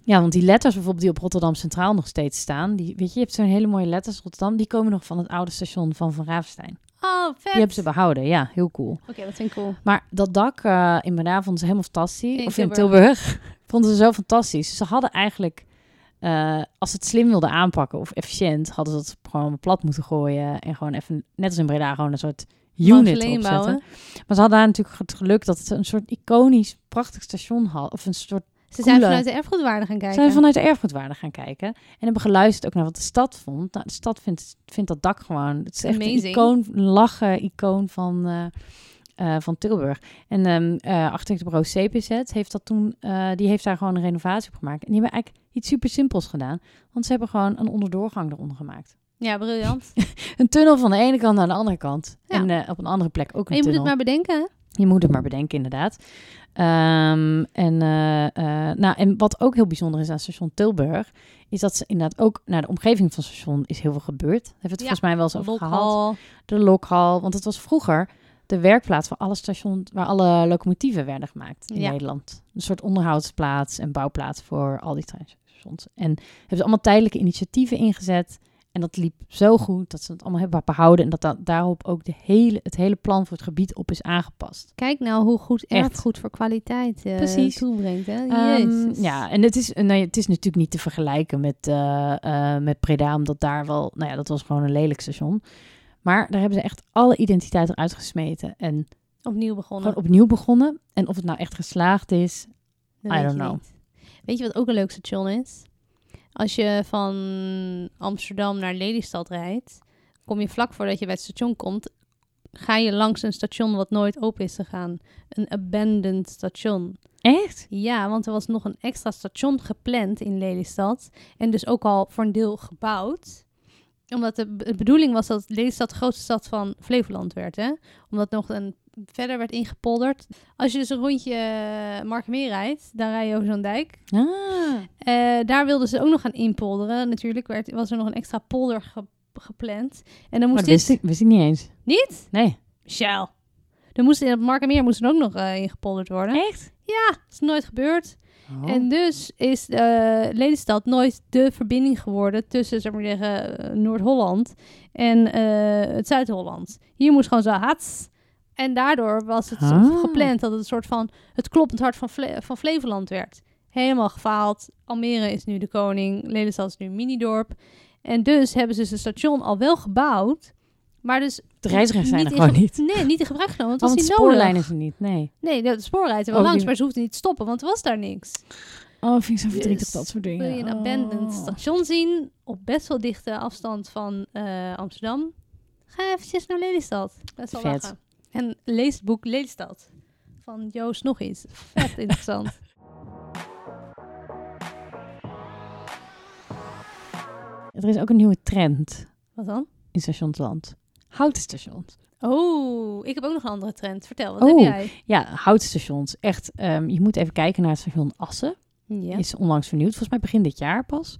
C: Ja, want die letters bijvoorbeeld die op Rotterdam Centraal nog steeds staan. Die, weet je, je hebt zo'n hele mooie letters Rotterdam. Die komen nog van het oude station van Van Ravenstein.
D: Oh, vet.
C: Die hebben ze behouden. Ja, heel cool.
D: Oké, dat vind ik cool.
C: Maar dat dak eh, in Breda vonden ze helemaal fantastisch.
D: In
C: of in
D: Tilburg.
C: Tilburg. vonden ze zo fantastisch. Ze hadden eigenlijk, eh, als ze het slim wilden aanpakken of efficiënt, hadden ze het gewoon plat moeten gooien. En gewoon even, net als in Breda, gewoon een soort unit
D: Mausoleum
C: opzetten.
D: bouwen.
C: Maar ze hadden daar natuurlijk het geluk dat ze een soort iconisch, prachtig station hadden. Of een soort
D: Ze zijn
C: Coole.
D: vanuit de erfgoedwaarde gaan kijken.
C: zijn vanuit de erfgoedwaarde gaan kijken. En hebben geluisterd ook naar wat de stad vond. Nou, de stad vindt, vindt dat dak gewoon... Het is echt een
D: Amazing.
C: icoon, een lachen icoon van, eh, eh, van Tilburg. En ehm eh architectenbureau CPZ heeft dat toen... eh, die heeft daar gewoon een renovatie op gemaakt. En die hebben eigenlijk iets super simpels gedaan. Want ze hebben gewoon een onderdoorgang eronder gemaakt.
D: Ja, briljant.
C: Een tunnel van de ene kant naar de andere kant.
D: Ja.
C: En eh, op een andere plek ook
D: En
C: een
D: je moet
C: tunnel.
D: het maar bedenken. hè?
C: Je moet het maar bedenken, inderdaad. Ehm, en, eh, eh, nou, en wat ook heel bijzonder is aan station Tilburg, is dat ze inderdaad ook naar de omgeving van het station is heel veel gebeurd. Daar hebben we het
D: Ja,
C: volgens mij wel eens over gehad.
D: Lokhal.
C: De lokhal, want het was vroeger de werkplaats van alle stations waar alle locomotieven werden gemaakt in
D: Ja.
C: Nederland. Een soort onderhoudsplaats en bouwplaats voor al die treinstations. En hebben ze allemaal tijdelijke initiatieven ingezet. En dat liep zo goed dat ze het allemaal hebben behouden. En dat da- daarop ook de hele, het hele plan voor het gebied op is aangepast.
D: Kijk nou hoe goed
C: Echt.
D: erfgoed voor kwaliteit eh
C: Precies.
D: toebrengt. Hè?
C: Ehm,
D: Jezus.
C: ja, en het is, eh, nou, ja, het is natuurlijk niet te vergelijken met, eh eh, met Preda, omdat daar wel, nou ja, dat was gewoon een lelijk station. Maar daar hebben ze echt alle identiteit eruit gesmeten en
D: Opnieuw begonnen.
C: gewoon opnieuw begonnen. En of het nou echt geslaagd is,
D: Dat
C: I
D: weet
C: don't
D: je
C: know.
D: niet. Weet je wat ook een leuk station is? Als je van Amsterdam naar Lelystad rijdt, kom je vlak voordat je bij het station komt, ga je langs een station wat nooit open is gegaan. Een abandoned station.
C: echt?
D: Ja, want er was nog een extra station gepland in Lelystad. En dus ook al voor een deel gebouwd. Omdat de, de bedoeling was dat Lelystad de grootste stad van Flevoland werd. Hè? Omdat nog een, verder werd ingepolderd. Als je dus een rondje eh, Markermeer rijdt, dan rij je over zo'n dijk.
C: Ah,
D: Eh, daar wilden ze ook nog gaan inpolderen. Natuurlijk werd, was er nog een extra polder ge- gepland. En dan
C: maar
D: moest
C: dat wist
D: dit...
C: ik, wist ik niet eens.
D: Niet?
C: Nee.
D: Shell. Dan moest eh, in het Markermeer moest er ook nog eh, ingepolderd worden.
C: Echt?
D: Ja, dat is nooit gebeurd.
C: Oh.
D: En dus is eh, Lelystad nooit de verbinding geworden tussen, zeg maar zeggen, eh, Noord-Holland en eh, het Zuid-Holland. Hier moest gewoon zo hats. En daardoor was het
C: Ah.
D: gepland dat het een soort van het kloppend hart van, Fle- van Flevoland werd. Helemaal gefaald. Almere is nu de koning. Lelystad is nu een minidorp. En dus hebben ze dus een station al wel gebouwd. Maar dus
C: de reizigers zijn er
D: in
C: gewoon
D: ge-
C: niet.
D: Nee, niet in gebruik genomen. Want
C: Want de
D: het was niet nodig.
C: spoorlijn is er niet, nee.
D: Nee, de spoor rijdt er wel
C: Oh, die-
D: langs, maar ze hoefden niet te stoppen, want er was daar niks.
C: Oh, vind ik zo verdrietig,
D: Dus
C: dat soort dingen.
D: Wil je een
C: Oh.
D: abandoned station zien op best wel dichte afstand van eh, Amsterdam? Ga eventjes naar Lelystad. Best wel
C: Vet.
D: lachen. En lees het boek Lelystad van Joost nog iets. Vet interessant.
C: Er is ook een nieuwe trend
D: Wat dan?
C: in stationsland. Houten stations.
D: Oh, ik heb ook nog een andere trend. Vertel, wat
C: Oh.
D: heb jij?
C: Ja, houtstations. Echt, ehm, je moet even kijken naar het station Assen.
D: Ja.
C: Is onlangs vernieuwd, volgens mij begin dit jaar pas.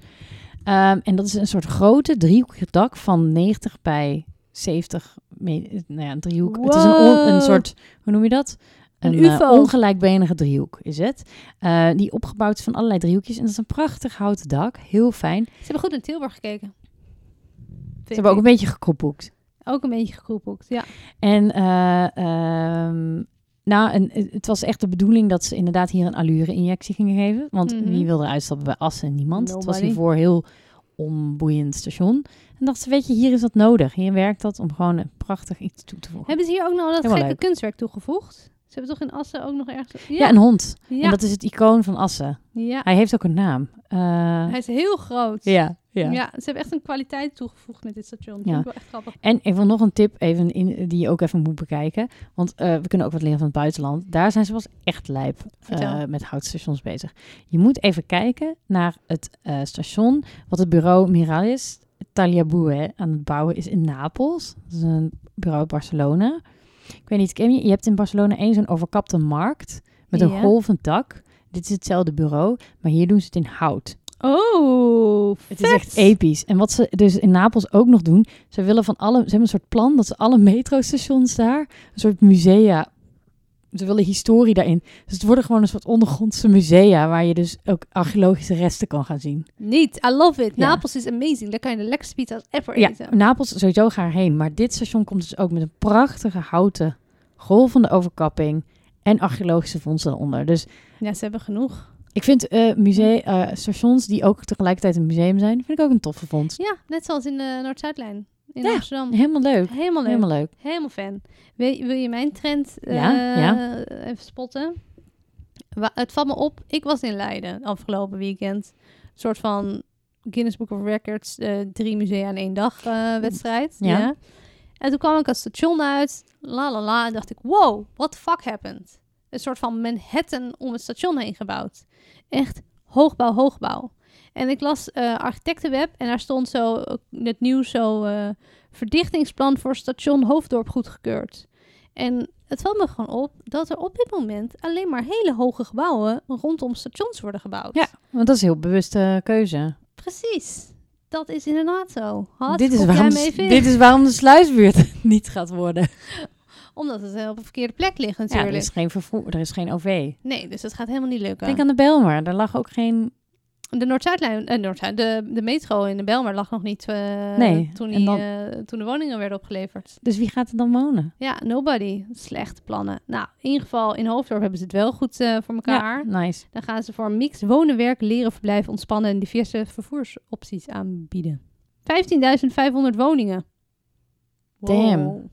C: Ehm, en dat is een soort grote driehoekig dak van 90 bij 70 me- Nou ja, een driehoek. Het is een, on- een
D: Wow.
C: soort, hoe noem je dat?
D: Een
C: eh,
D: UFO.
C: ongelijkbenige driehoek is het. Eh, die opgebouwd is van allerlei driehoekjes. En dat is een prachtig houten dak. Heel fijn.
D: Ze hebben goed naar Tilburg gekeken. Vind
C: Ze hebben ook
D: ik.
C: een Oh. beetje gekopboekt.
D: ook een beetje gekroephoekt, ja.
C: En eh, ehm, nou, en het- het was echt de bedoeling dat ze inderdaad hier een allure-injectie gingen geven. Want
D: Mhm.
C: wie wilde uitstappen bij Assen? Niemand. Het was
D: Nobody.
C: hiervoor heel onboeiend station. En dachten ze, weet je, hier is dat nodig. Hier werkt dat om gewoon een prachtig iets toe te voegen.
D: Hebben ze hier ook nog dat
C: Helemaal
D: gekke
C: leuk.
D: kunstwerk toegevoegd? Ze hebben toch in Assen ook nog ergens...
C: Ja, een hond.
D: ja.
C: En dat is het icoon van Assen.
D: ja.
C: Hij heeft ook een naam. Eh,
D: Hij is heel groot.
C: ja, ja.
D: Ja. ze hebben echt een kwaliteit toegevoegd met dit station. Dat
C: Ja.
D: vind ik wel echt grappig.
C: En even nog een tip even in, die je ook even moet bekijken. Want eh, we kunnen ook wat leren van het buitenland. Daar zijn ze wel eens echt lijp eh,
D: Vertel.
C: met houtstations bezig. Je moet even kijken naar het eh, station wat het bureau Miralis Tagliabue aan het bouwen is in Napels. Dat is een bureau uit Barcelona. Ik weet niet, ken je? Je hebt in Barcelona één zo'n overkapte markt met een
D: Ja.
C: golvend dak. Dit is hetzelfde bureau, maar hier doen ze het in hout.
D: Oh,
C: Het is echt episch. En wat ze dus in Napels ook nog doen, ze willen van alle, ze hebben een soort plan dat ze alle metrostations daar, een soort musea, ze willen historie daarin. Dus het worden gewoon een soort ondergrondse musea waar je dus ook archeologische resten kan gaan zien.
D: Niet, I love it.
C: Ja.
D: Napels is amazing. Daar kan je de lekkerste pizza's ever
C: Ja,
D: eten.
C: Napels sowieso ga heen, maar dit station komt dus ook met een prachtige houten golvende overkapping en archeologische vondsten eronder. Dus
D: Ja, ze hebben genoeg.
C: ik vind eh musea, eh, stations die ook tegelijkertijd een museum zijn, vind ik ook een toffe vondst.
D: Ja, net zoals in de Noord-Zuidlijn in
C: Ja.
D: Amsterdam.
C: Helemaal leuk.
D: Helemaal leuk. Helemaal,
C: Helemaal leuk.
D: fan. Wil, wil je mijn trend eh,
C: Ja, ja.
D: even spotten? Wa- het valt me op. Ik was in Leiden afgelopen weekend. Een soort van Guinness Book of Records eh, drie musea in één dag eh, wedstrijd.
C: Ja.
D: Ja. En toen kwam ik het station uit. La la la. En dacht ik, wow, what the fuck happened? Een soort van Manhattan om het station heen gebouwd. Echt hoogbouw, hoogbouw. En ik las eh, Architectenweb en daar stond zo eh, in het nieuws zo eh, verdichtingsplan voor station Hoofddorp goedgekeurd. En het valt me gewoon op dat er op dit moment alleen maar hele hoge gebouwen rondom stations worden gebouwd.
C: Ja. Want dat is een heel bewuste keuze.
D: Precies. Dat is inderdaad zo. Had,
C: Dit is,
D: kop Oh, jij
C: waarom,
D: me
C: s-
D: even in?
C: dit is waarom de sluisbuurt niet gaat worden.
D: Omdat het eh, op een verkeerde plek ligt
C: Ja, dus- er
D: natuurlijk.
C: is geen vervoer, er is geen OV.
D: Nee, dus dat gaat helemaal niet lukken.
C: Denk aan de Belmer, daar lag ook geen
D: de Noord-Zuidlijn, eh, Noord de, de metro in de Belmer lag nog niet eh,
C: Nee,
D: toen,
C: en
D: die,
C: dan-
D: eh, toen de woningen werden opgeleverd.
C: Dus wie gaat er dan wonen?
D: Ja, nobody. Slechte plannen. Nou, in ieder geval in Hoofddorp hebben ze het wel goed eh, voor elkaar.
C: Ja, nice.
D: Dan gaan ze voor een mix wonen, werk, leren, verblijf, ontspannen en diverse vervoersopties aanbieden. 15.500 woningen.
C: Damn.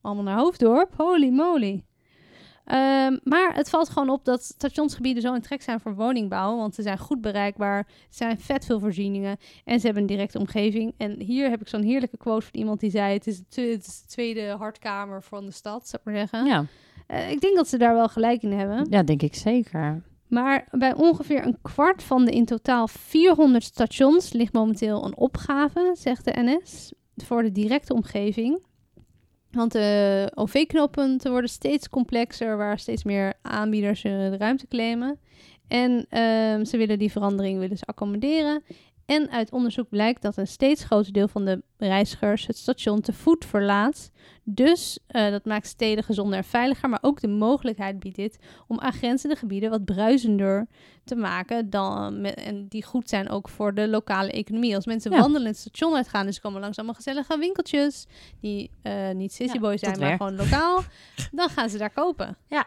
D: Allemaal naar Hoofddorp. Holy moly. Ehm, maar het valt gewoon op dat stationsgebieden zo in trek zijn voor woningbouw. Want ze zijn goed bereikbaar, er zijn vet veel voorzieningen en ze hebben een directe omgeving. En hier heb ik zo'n heerlijke quote van iemand die zei: Het is de twe- het is de tweede hardkamer van de stad, zou ik maar zeggen.
C: Ja,
D: Eh, ik denk dat ze daar wel gelijk in hebben.
C: ja, denk ik zeker.
D: Maar bij ongeveer een kwart van de in totaal 400 stations ligt momenteel een opgave, zegt de NS, voor de directe omgeving. Want de OV-knooppunten worden steeds complexer, waar steeds meer aanbieders eh, de ruimte claimen. En ehm, ze willen die verandering willen ze accommoderen. En uit onderzoek blijkt dat een steeds groter deel van de reizigers het station te voet verlaat. Dus eh, dat maakt steden gezonder en veiliger, maar ook de mogelijkheid biedt dit om aangrenzende gebieden wat bruisender te maken. Dan me- en die goed zijn ook voor de lokale economie. Als mensen
C: Ja.
D: wandelen het station uitgaan, dus ze komen langs allemaal gezellige winkeltjes. Die eh, niet sissyboy
C: Ja,
D: zijn,
C: dat
D: maar
C: werkt.
D: gewoon lokaal. Dan gaan ze daar kopen.
C: Ja.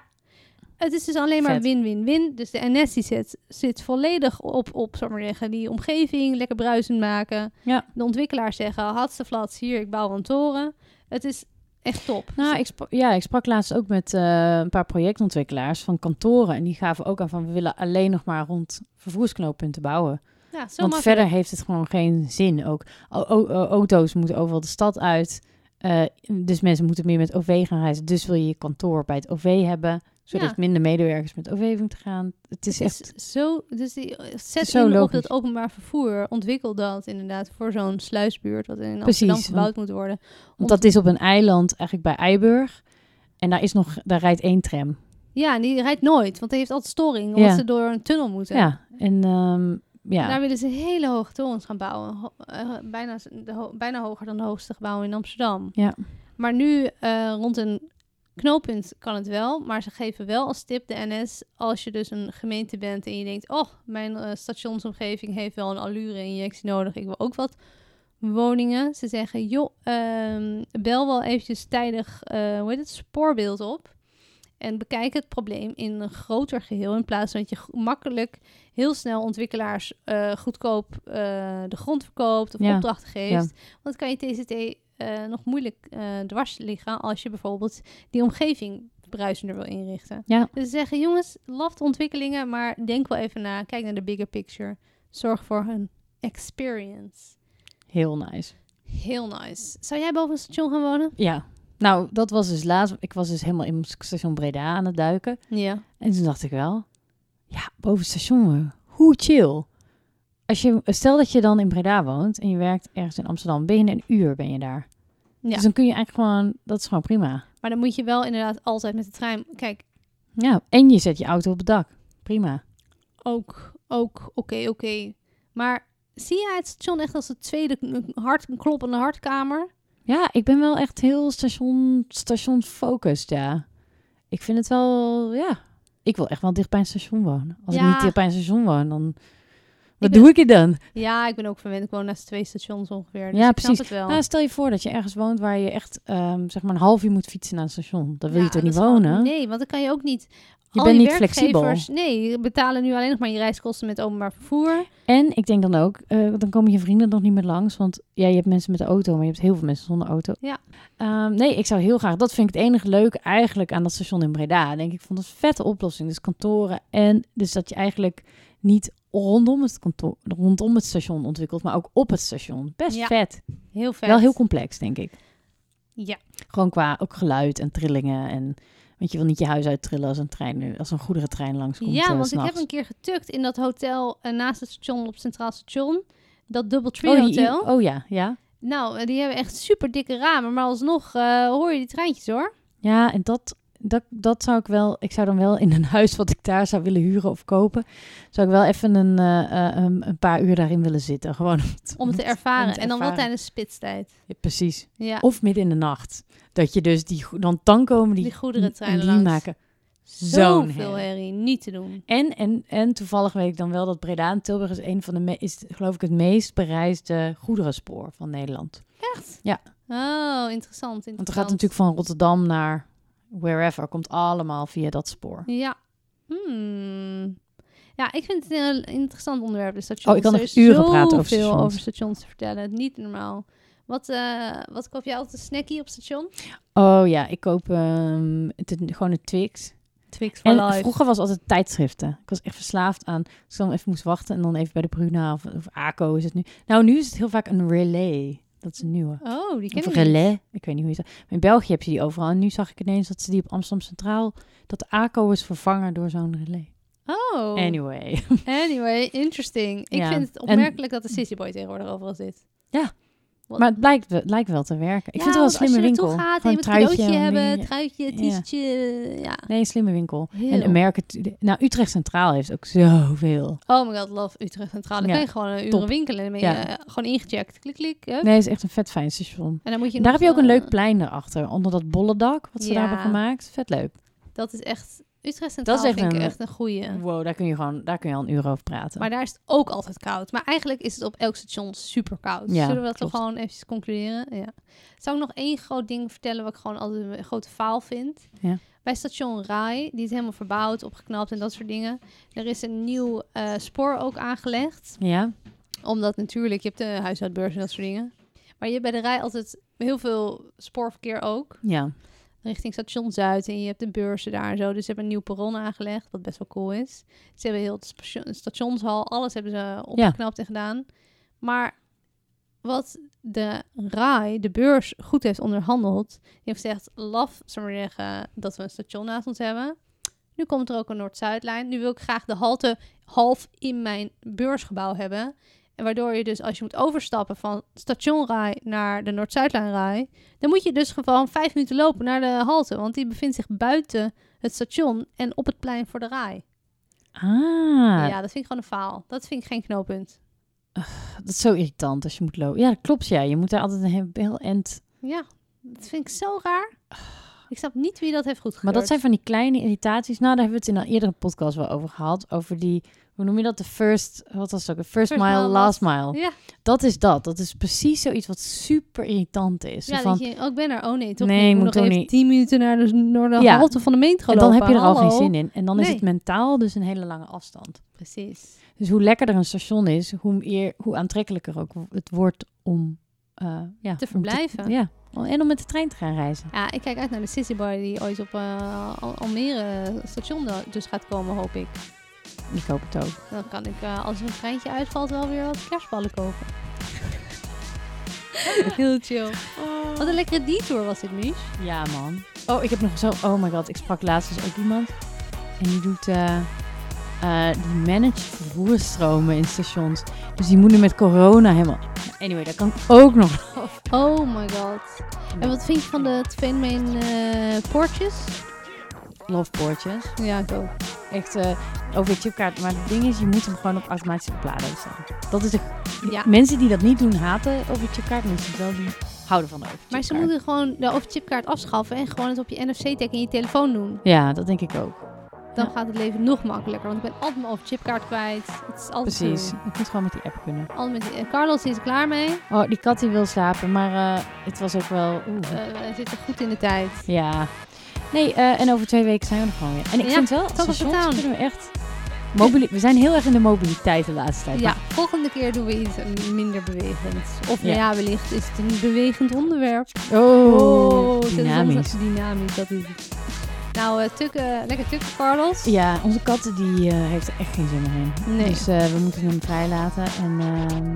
D: Het is dus alleen maar
C: Vet.
D: win-win-win. Dus de NS die zit, zit volledig op, op zal ik maar zeggen, die omgeving, lekker bruisend maken.
C: Ja.
D: De ontwikkelaars zeggen, hadste flats, hier, ik bouw een toren. Het is echt top.
C: Nou, ik spra- ja, ik sprak laatst ook met eh, een paar projectontwikkelaars van kantoren. En die gaven ook aan van we willen alleen nog maar rond vervoersknooppunten bouwen.
D: ja, zo
C: Want
D: makkelijk.
C: verder heeft het gewoon geen zin ook. O- o- o- auto's moeten overal de stad uit. Eh, dus mensen moeten meer met OV gaan reizen. Dus wil je je kantoor bij het OV hebben. Zodat
D: Ja.
C: minder medewerkers met OV moeten gaan. Het is echt...
D: Het is zo, dus die, zet
C: zo
D: in op
C: logisch.
D: dat openbaar vervoer. Ontwikkel dat inderdaad voor zo'n sluisbuurt... wat in Amsterdam
C: want-
D: gebouwd moet worden.
C: Want dat is op een eiland eigenlijk bij Eiburg. En daar, is nog, daar rijdt één tram.
D: Ja, en die rijdt nooit, want die heeft altijd storing... omdat
C: Ja.
D: ze door een tunnel moeten.
C: Ja, en ehm, ja.
D: Daar willen ze hele hoge torens gaan bouwen. Ho- eh, bijna, s- de ho- bijna hoger dan de hoogste gebouwen in Amsterdam.
C: Ja.
D: Maar nu eh, rond een knooppunt kan het wel. Maar ze geven wel als tip de NS. Als je dus een gemeente bent en je denkt... oh, mijn eh, stationsomgeving heeft wel een allure-injectie nodig. Ik wil ook wat woningen. Ze zeggen, joh, ehm, bel wel eventjes tijdig, eh, hoe heet het, spoorbeeld op. En bekijk het probleem in een groter geheel. In plaats van dat je go- makkelijk heel snel ontwikkelaars eh, goedkoop eh, de grond verkoopt of
C: Ja,
D: opdrachten geeft. Want dan kan je TCT eh, nog moeilijk eh, dwars liggen als je bijvoorbeeld die omgeving bruisender wil inrichten.
C: Ja.
D: Dus ze zeggen, jongens, laft ontwikkelingen, maar denk wel even na. Kijk naar de bigger picture. Zorg voor hun experience.
C: Heel nice.
D: Heel nice. Zou jij boven een station gaan wonen?
C: Ja. Nou, dat was dus laatst. Ik was dus helemaal in station Breda aan het duiken.
D: Ja.
C: En toen dacht ik wel, ja, boven het station, hoor. hoe chill. Als je, stel dat je dan in Breda woont en je werkt ergens in Amsterdam. Binnen een uur ben je daar.
D: Ja.
C: Dus dan kun je eigenlijk gewoon, dat is gewoon prima.
D: Maar dan moet je wel inderdaad altijd met de trein. Kijk,
C: Ja, en je zet je auto op het dak. Prima.
D: ook, ook, oké, oké. Maar zie jij het station echt als de tweede kn- hard, kloppende hartkamer?
C: Ja, ik ben wel echt heel station, station focused, ja. Ik vind het wel, ja. Ik wil echt wel dicht bij een station wonen. Als
D: Ja.
C: ik niet dicht bij een station woon, dan... Wat
D: ben-
C: doe ik hier dan?
D: Ja, ik ben ook verwend. Ik woon naast twee stations ongeveer. Dus
C: Ja,
D: ik
C: precies.
D: snap het wel.
C: Nou, stel je voor dat je ergens woont waar je echt ehm, zeg maar een half uur moet fietsen naar het station. Dan wil
D: Ja,
C: je toch
D: en
C: niet
D: dat is gewoon-
C: wonen?
D: nee, want dan kan je ook niet.
C: Je
D: al
C: bent
D: die
C: niet flexibel.
D: werkgevers- Nee, betalen nu alleen nog maar je reiskosten met openbaar vervoer.
C: En ik denk dan ook, eh, dan komen je vrienden nog niet meer langs. Want ja, je hebt mensen met de auto, maar je hebt heel veel mensen zonder auto.
D: Ja.
C: Ehm, nee, ik zou heel graag, dat vind ik het enige leuke eigenlijk aan dat station in Breda. Denk ik, vond dat een vette oplossing. Dus kantoren en dus dat je eigenlijk niet rondom het, kantoor, rondom het station ontwikkelt, maar ook op het station. Best
D: Ja,
C: vet.
D: Heel vet.
C: Wel heel complex, denk ik.
D: Ja.
C: Gewoon qua ook geluid en trillingen. En, want je wil niet je huis uittrillen als een trein, als een goederentrein langskomt.
D: ja,
C: eh,
D: want ik heb
C: s'nachts.
D: een keer getukt in dat hotel eh, naast het station op Centraal Station. Dat Double Tree
C: oh, die-
D: Hotel.
C: oh ja, ja.
D: Nou, eh, die hebben echt super dikke ramen, maar alsnog eh, hoor je die treintjes hoor.
C: Ja, en dat, dat, dat zou ik wel. Ik zou dan wel in een huis wat ik daar zou willen huren of kopen. Zou ik wel even een, eh, eh, een, een paar uur daarin willen zitten. Gewoon.
D: Om het te ervaren.
C: te
D: En dan wel
C: ervaren.
D: tijdens spitstijd.
C: Ja, precies.
D: Ja,
C: Of midden in de nacht. Dat je dus die. go- Dan, dan komen die,
D: Die goederentreinen
C: die
D: langs.
C: maken. Zo'n
D: Zoveel
C: herrie.
D: herrie. Niet te doen.
C: En, en, en toevallig weet ik dan wel dat Breda en Tilburg is een van de me- is, geloof ik het meest bereisde goederenspoor van Nederland.
D: Oh, interessant. interessant.
C: Want er gaat natuurlijk van Rotterdam naar wherever, komt allemaal via dat spoor.
D: Ja. Hmm. Ja, ik vind het een heel interessant onderwerp. De stations.
C: Oh, ik kan
D: er
C: nog
D: is
C: uren praten
D: zoveel
C: over stations.
D: over stations te vertellen. Niet normaal. Wat, eh, wat koop jij altijd een snackie op station?
C: Oh ja, ik koop ehm, het, gewoon een Twix.
D: Twix for
C: En
D: life.
C: vroeger was altijd tijdschriften. Ik was echt verslaafd aan. Als ik dan even moest wachten en dan even bij de Bruna of, of ACO is het nu. Nou, nu is het heel vaak een relay. Dat is een nieuwe.
D: Oh, die ken
C: Of
D: ik niet.
C: relais. Ik weet niet hoe je dat... Maar in België heb je die overal. En nu zag ik ineens dat ze die op Amsterdam Centraal... dat de ACO is vervangen door zo'n relais.
D: Oh, anyway,
C: Anyway.
D: interesting. Ik
C: Ja.
D: vind het
C: En-
D: opmerkelijk dat de Cityboy tegenwoordig overal zit. Wat-
C: Maar het blijkt, het lijkt wel te werken. Ik vind het wel een
D: als je
C: slimme winkel.
D: naartoe gaat, en
C: Gewoon
D: je moet een cadeautje
C: en
D: hebben,
C: dingen.
D: truitje,
C: Ja.
D: t-shirtje, ja.
C: Nee, een slimme winkel.
D: Heel.
C: En Amerika... Nou, Utrecht Centraal heeft ook zoveel.
D: Oh my god, love Utrecht Centraal. Dan
C: Ja,
D: kan je gewoon een uren
C: top.
D: winkelen en dan ben je
C: Ja.
D: eh, gewoon ingecheckt. Klik, klik, hup.
C: Nee, het is echt een vet fijn station.
D: En dan moet je
C: En daar
D: nog,
C: heb je ook een
D: eh,
C: leuk plein erachter. Onder dat bolle dak wat ze daar hebben
D: Ja.
C: gemaakt. Vet leuk.
D: Dat is echt... Utrecht Centraal
C: Dat is echt
D: vind ik
C: een-
D: echt een goeie.
C: Wow, daar kun je gewoon daar kun je al een uur over praten.
D: Maar daar is het ook altijd koud. Maar eigenlijk is het op elk station super koud.
C: Ja,
D: Zullen we dat
C: klopt.
D: toch gewoon even concluderen? Ja. Zou ik nog één groot ding vertellen wat ik gewoon altijd een grote faal vind?
C: Ja.
D: Bij station Rai, die is helemaal verbouwd, opgeknapt en dat soort dingen. Er is een nieuw eh, spoor ook aangelegd.
C: Ja,
D: Omdat natuurlijk, je hebt de huishoudbeurs en dat soort dingen. Maar je hebt bij de Rai altijd heel veel spoorverkeer ook.
C: ja.
D: Richting station Zuid. En je hebt de beurzen daar en zo. Dus ze hebben een nieuw perron aangelegd. Wat best wel cool is. Ze hebben heel het station- stationshal. Alles hebben ze opgeknapt en gedaan. Maar wat de RAI, de beurs, goed heeft onderhandeld. Die heeft gezegd, laf, zullen we maar zeggen, dat we een station naast ons hebben. Nu komt er ook een Noord-Zuidlijn. Nu wil ik graag de halte half in mijn beursgebouw hebben. En waardoor je dus, als je moet overstappen van stationrij naar de Noord-Zuidlijnrij, dan moet je dus gewoon vijf minuten lopen naar de halte. Want die bevindt zich buiten het station en op het plein voor de rij.
C: Ah,
D: Ja, dat vind ik gewoon een faal. Dat vind ik geen knooppunt.
C: dat is zo irritant als je moet lopen. Ja, dat klopt ja. Je moet daar altijd een heel- heel end...
D: Ja, dat vind ik zo raar. Ik snap niet wie dat heeft goed
C: Maar
D: gedaan.
C: dat zijn van die kleine irritaties. Nou, daar hebben we het in een eerdere podcast wel over gehad. Over die, hoe noem je dat? De first, wat was het ook? De first,
D: First
C: mile,
D: mile,
C: last mile.
D: Ja,
C: Dat is dat. Dat is precies zoiets wat super irritant is. Zo
D: ja
C: van,
D: dat je, oh, ik ben er. Oh nee, toch
C: Nee,
D: niet. Ik
C: moet
D: nog
C: toch
D: even
C: niet.
D: tien minuten naar de, naar de
C: Ja.
D: halte van de metro
C: en dan
D: lopen.
C: heb je er al
D: Hallo.
C: geen zin in. En dan is
D: Nee.
C: het mentaal dus een hele lange afstand.
D: Precies.
C: Dus hoe lekkerder een station is, hoe, meer, hoe aantrekkelijker ook het wordt om eh, ja, om
D: Te verblijven.
C: ja, en om met de trein te gaan reizen.
D: Ja, ik kijk uit naar de City Boy die ooit op eh, Al- Almere station da- dus gaat komen, hoop ik.
C: Ik hoop het ook.
D: Dan kan ik, eh, als er een treintje uitvalt, wel weer wat kerstballen kopen. Heel chill. Wat een lekkere detour was dit, Mies.
C: Ja, man. Oh, ik heb nog zo. Oh my god, ik sprak laatst dus ook iemand. En die doet. eh, eh, die managt vervoerstromen in stations. Dus die moet nu met corona helemaal. Anyway, daar kan ik ook nog.
D: Oh my god. En wat vind je van de, het fenomeen eh, poortjes?
C: Loveboordjes.
D: Ja, ik ook.
C: Echt eh, over je chipkaart. Maar het ding is, je moet hem gewoon op automatische oplader staan. Dat is de
D: Ja.
C: Mensen die dat niet doen, haten over chipkaart. Mensen die het wel doen, houden van over
D: Maar ze
C: chipkaart.
D: moeten gewoon de overchipkaart afschaffen en gewoon het op je NFC-tag in je telefoon doen.
C: Ja, dat denk ik ook.
D: Dan
C: Ja.
D: gaat het leven nog makkelijker, want ik ben altijd mijn overchipkaart kwijt. Het is altijd
C: Precies.
D: zo.
C: Ik moet gewoon met die app kunnen.
D: Al met eh, Carlos is er klaar mee.
C: Oh, die kat die wil slapen, maar eh, het was ook wel... oeh.
D: Eh, we zitten goed in de tijd.
C: Ja. Nee, eh, en over twee weken zijn we er gewoon weer. En ik
D: Ja,
C: vind wel,
D: top of the
C: stations
D: town.
C: kunnen we echt... Mobili- we zijn heel erg in de mobiliteit de laatste tijd.
D: Ja, volgende keer doen we iets eh, minder bewegend. Of nou
C: Ja.
D: ja, wellicht is het een bewegend onderwerp.
C: Oh,
D: dit is
C: dynamisch.
D: onze- dynamisch, dat is het. Nou, eh, tukken, lekker tukken, Carlos.
C: Ja, onze kat die eh, heeft er echt geen zin meer in.
D: Nee.
C: Dus eh, we moeten hem vrijlaten. En ehm,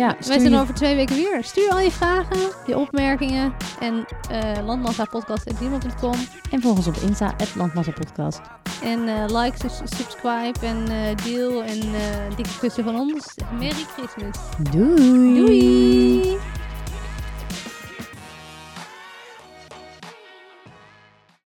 C: ja,
D: Wij
C: stuur
D: zijn
C: je-
D: over twee weken weer. Stuur al je vragen, je opmerkingen en eh landmassapodcast.com.
C: En volg ons op Insta, het Landmassa Podcast.
D: En eh like, sus- subscribe en eh, deel en eh dikke kussen van ons. Merry Christmas.
C: Doei!
D: Doei.